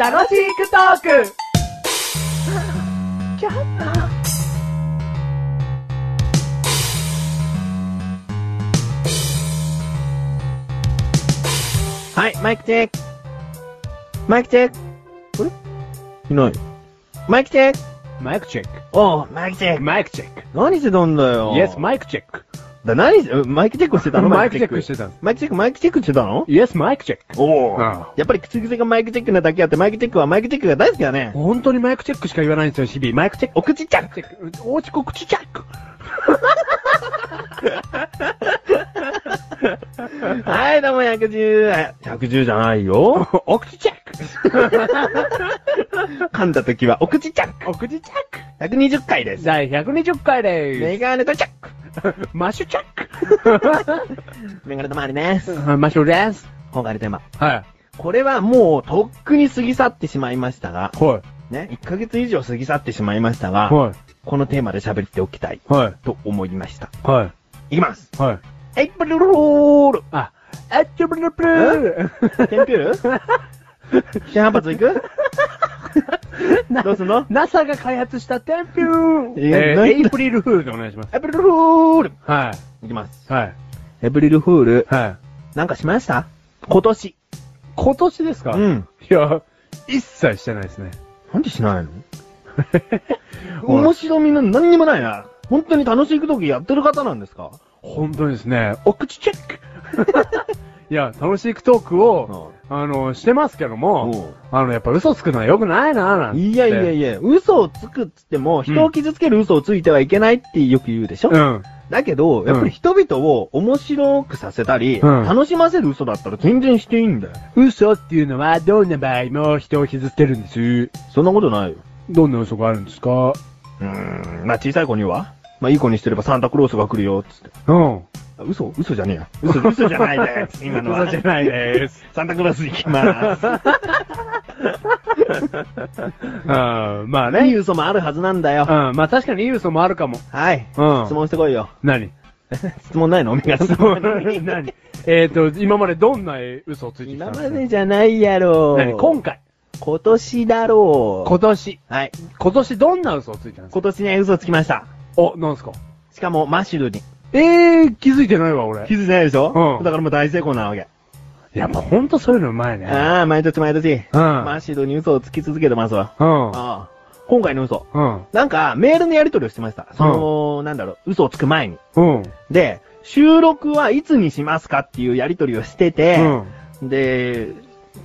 楽しくトークはい、マイクチェック。マイクチェック。これいない。マイクチェック。マイクチェック。おう、マイクチェック。マイクチェック。何してたんだよ。イエス、マイクチェック。だ何して、マイクチェックしてたの マイクチェックしてた。マイクチェック、マイクチェックしてたのイエス、マイクチェック。おお。ああやっぱり口癖がマイクチェックなだけあって、マイクチェックはマイクチェックが大好きだね。本当にマイクチェックしか言わないんですよ、日々。マイクチェック。お口ちゃん。チェック。おうちこ口チェッ ク。はい、どうも110。あ110じゃないよ。お口チェック。 噛んだ時は、お口ちゃん。お口チェック。 120回です。第120回でメガネとチャック。す。マッシュチェッメガネと周りです。ク。 マッシュです。今回のテーマ。はこれはもう、とっくに過ぎ去ってしまいましたが、い。はね、1ヶ月以上過ぎ去ってしまいましたい。が、はこのテーマで喋っておきたいい。はい。と思いました。はいきます。い。はい。エイプリルロールあ、あっちょぶるぷるテンピュール新反発い くどうすんの NASA が開発したテンピューいやえーないエイプリルフールでお願いします。エイプリルフールはいきます。い。はい。エイプリルフール、はい。なんかしました今年。今年ですかいん。や、一切してないですね。なんでしない の面白みの何にもないな。本当に楽しい時やってる方なんですか本当にですね、お口チェックいや、楽しいトークを、あの、してますけども、うあの、やっぱ嘘つくのは良くないなぁなんて。いやいやいや、嘘をつくっつっても、人を傷つける嘘をついてはいけないってよく言うでしょ、うん。だけど、やっぱり人々を面白くさせたり、うん楽しませる嘘だったら全然していいんだよ。嘘っていうのは、どんな場合も人を傷つけるんです。そんなことないよ。どんな嘘があるんですかうーん、まあ小さい子にはまあいい子にしてればサンタクロースが来るよ、つって。うん。あ嘘嘘じゃねえや。嘘、嘘じゃないです。今のは。嘘じゃな いです。サンタクロース行きます。あーまあいいね。嘘もあるはずなんだよ。うん、まあ確かにいい嘘もあるかも。はい。うん質。問してこいよ。何質問ないのおめが質問ないの何えっと、今までどんな嘘をついてき今たんますかでじゃないやろ。何今回。今年だろ今年。う。はい。今年どんな嘘をついたんですか今年ね、嘘つきました。お、なんすかしかも、マッシュルに。えー、気づいてないわ、俺。気づいてないでしょうんだからもう大成功なわけ。やっぱほんとそういうのうまいね。ああ、毎年毎年。うん。マッシュルに嘘をつき続けてますわ。うん。ああ。今回の嘘。うん。なんか、メールのやり取りをしてました。その、なんだろう、嘘をつく前に。うん。で、収録はいつにしますかっていうやり取りをしてて、うん。で、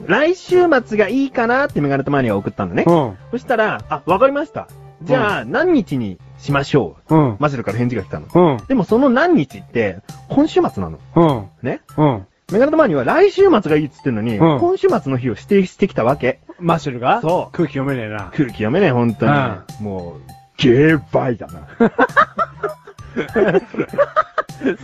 来週末がいいかなってメガネとマニアが送ったんだね。うん。そしたら、あ、わかりました。じゃあ、何日にしましょう。うん。マシルから返事が来たの。うん。でもその何日って、今週末なの。うん。ね。うん。メガネ玉には来週末がいいっつってんのに、うん今週末の日を指定してきたわけ。マッシュルがそう空気読めねえな。空気読めねえ、本当に。もう、ゲーバイだな。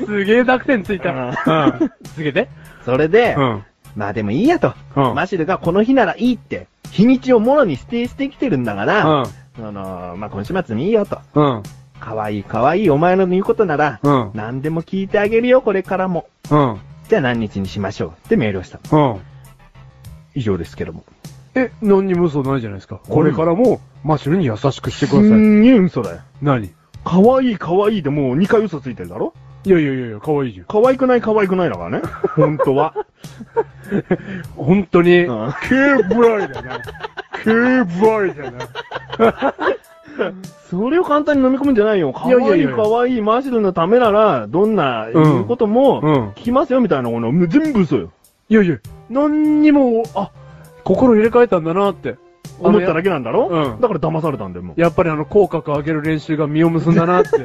すげえ濁点ついた。うん。続けて。それで、うん。まあでもいいやと。うん。マシルがこの日ならいいって、日にちをもろに指定してきてるんだから、あのーまあ今週末にいいよと。うん。うん。かわいいかわいいお前の言うことなら、うん。何でも聞いてあげるよ、これからも。うん。じゃあ何日にしましょう。ってメールをしたの。うん。以上ですけども。え、何にも嘘ないじゃないですか。これからも、マッシュルに優しくしてくうださい。んげえ嘘だよ。何かわいいかわいいでもう2回嘘ついてるだろいやいやいやいや、可愛いじゃん。かわいくないかわいくないだ からね。本当は。本当に、うんケーブライだな。ケーブライだな。それを簡単に飲み込むんじゃないよ。かいやいやわいいいやかわいいマシルのためなら、どんなうん言うこともうん聞きますよみたいなもの、全部嘘よ。いやいや、何にも、あ、心入れ替えたんだなって。思ったら、だけなんだろうんだから騙されたんだよ、もう。やっぱりあの、口角上げる練習が実を結んだなって。い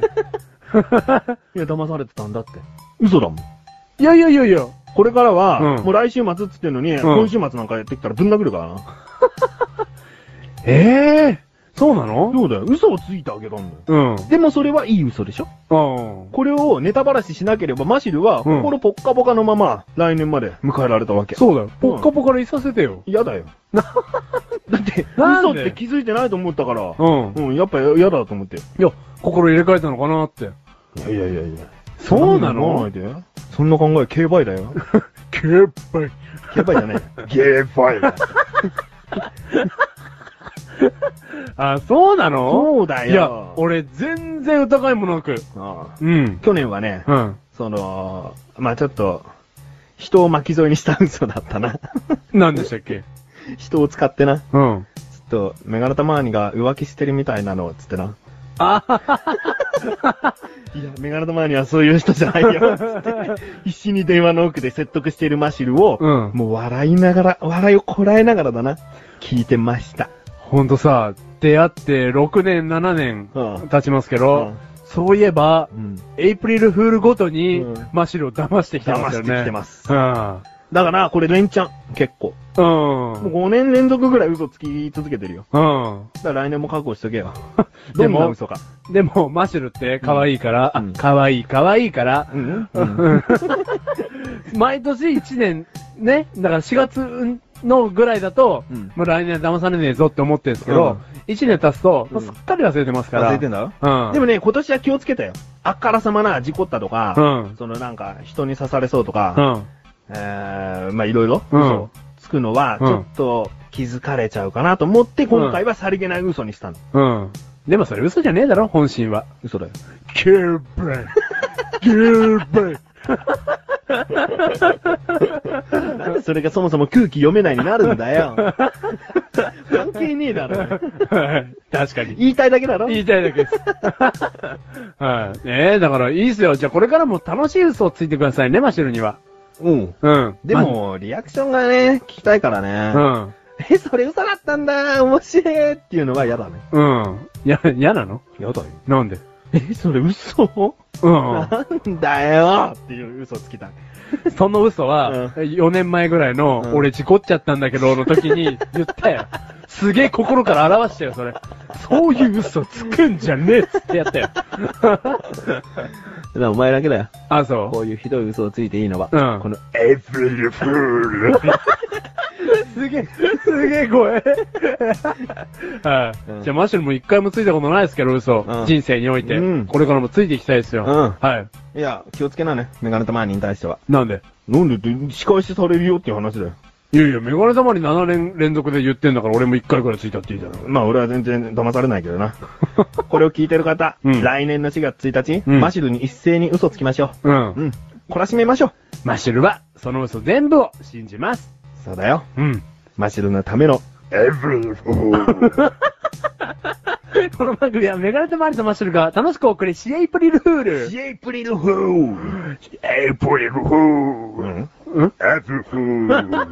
や、騙されてたんだって。嘘だもん。 いやいやいやいや。これからは、うんもう来週末っつってんのに、今週末なんかやってきたらぶん殴るからな。ええそうなのそうだよ、嘘をついてあげたんだよ。うん。でもそれはいい嘘でしょうん。これをネタばらししなければ、マシルはうん心ポッカポカのまま、来年まで迎えられたわけ。そうだよ。ポッカポカでいさせてよ。嫌だ よ。だって、なんで嘘って気づいてないと思ったから、うん。うん、やっぱ嫌だと思って。いや、心入れ替えたのかなって。いやいやいやいや。そうな思わなのいでそんな考え、競売だよ。競キャッパイ。キャッパイじゃ ない。ゲーパイ。あ、そうなのそうだいやよ。、俺全然疑いもなく。ああうん。去年はね、うん。その、まあちょっと、人を巻き添えにした嘘だったな。 何でしたっけ人を使ってな。ちうん。ょっと、メガネタマーニが浮気してるみたいなの、つってな。あ いや、メガネタマーニはそういう人じゃない よ。つって必死に電話の奥で説得しているマシルを、うんもう笑いながら、笑いをこらえながらだな。聞いてました。ほんとさ、出会って6年、7うん年経ちますけうどん、そういえばう、ん。エイプリルフールごとにうん、マシルを騙してきてますよね。騙してきてますうん。だから、これ連チャン。結構。うん。もう5年連続ぐらい嘘つき続けてるよ。うん。だから来年も覚悟しとけ よ。どでんなも、嘘か。でも、マシュルって可愛いから、うんあ、可愛い可愛いから、ん毎年1年、ね、だから4月のぐらいだと、うんもう来年騙されねえぞって思ってるんですけど、1年経つと、うんすっかり忘れてますから。忘れてんだうん。でもね、今年は気をつけたよ。あっからさまな事故ったとか、うんそのなんか人に刺されそうとうか、ん。えー、まあいろいろ、うん嘘つくのは、ちうんょっと気づかれちゃうかなと思って、今回はさりげない嘘にしたの。うん。でもそれ嘘じゃねえだろ、本心は。嘘だよ。 キューブ イ。キューブイ。なんでそれがそもそも空気読めないになるんだ よ。関係ねえだろ。確かに。言いたいだけだろ言いたいだけです。 はい。ねえ、だからいいっすよ。じゃあこれからも楽しい嘘をついてくださいね、マシュルには。うん。うん。でも、リアクションがね、聞きたいからま、ね。 え、それ嘘だったんだ、面白いっていうのは嫌だね。うん。うん。や、嫌なの嫌だよ。なんでえ、それ嘘うん。なんだよっていう嘘つきたい。その嘘は、う4年前ぐらいの、うん俺事故っちゃったんだけど、の時 に言ったよ。すげえ心から表したよ、それ。そういう嘘つくんじゃねえっつってや ったよ。だからお前だけだよ。あ、そこういうひどい嘘をついていいのは、うんこのエイプリルフ ール。う。すげえ、すげえ怖い。はい、うんじゃあ、マシュルも一回もついたことないですけど、嘘。うん人生において、うんこれからもついていきたいですよ。うはい。いや、気をつけなね。メガネたまーに対しては。なんでなんでって、仕返しされるよっていう話だよ。いやいや、メガネたまに7年連続で言ってんだから、俺も1回ぐらいついたっていいだろ。まあ俺は全然騙されないけど な。これを聞いてる方、うん来年の4月1日、うんマシルに一斉に嘘つきましょうんう。うん。懲らしめましょう。マシュルは、その嘘全部を信じます。そうだよ。うん。マシルのためのエイプリルフール。 この番組はメガネとマリとマッシュルが楽しくお送り、シエイプリルフール。エイプリルフール。 April Fool. うん April Fool.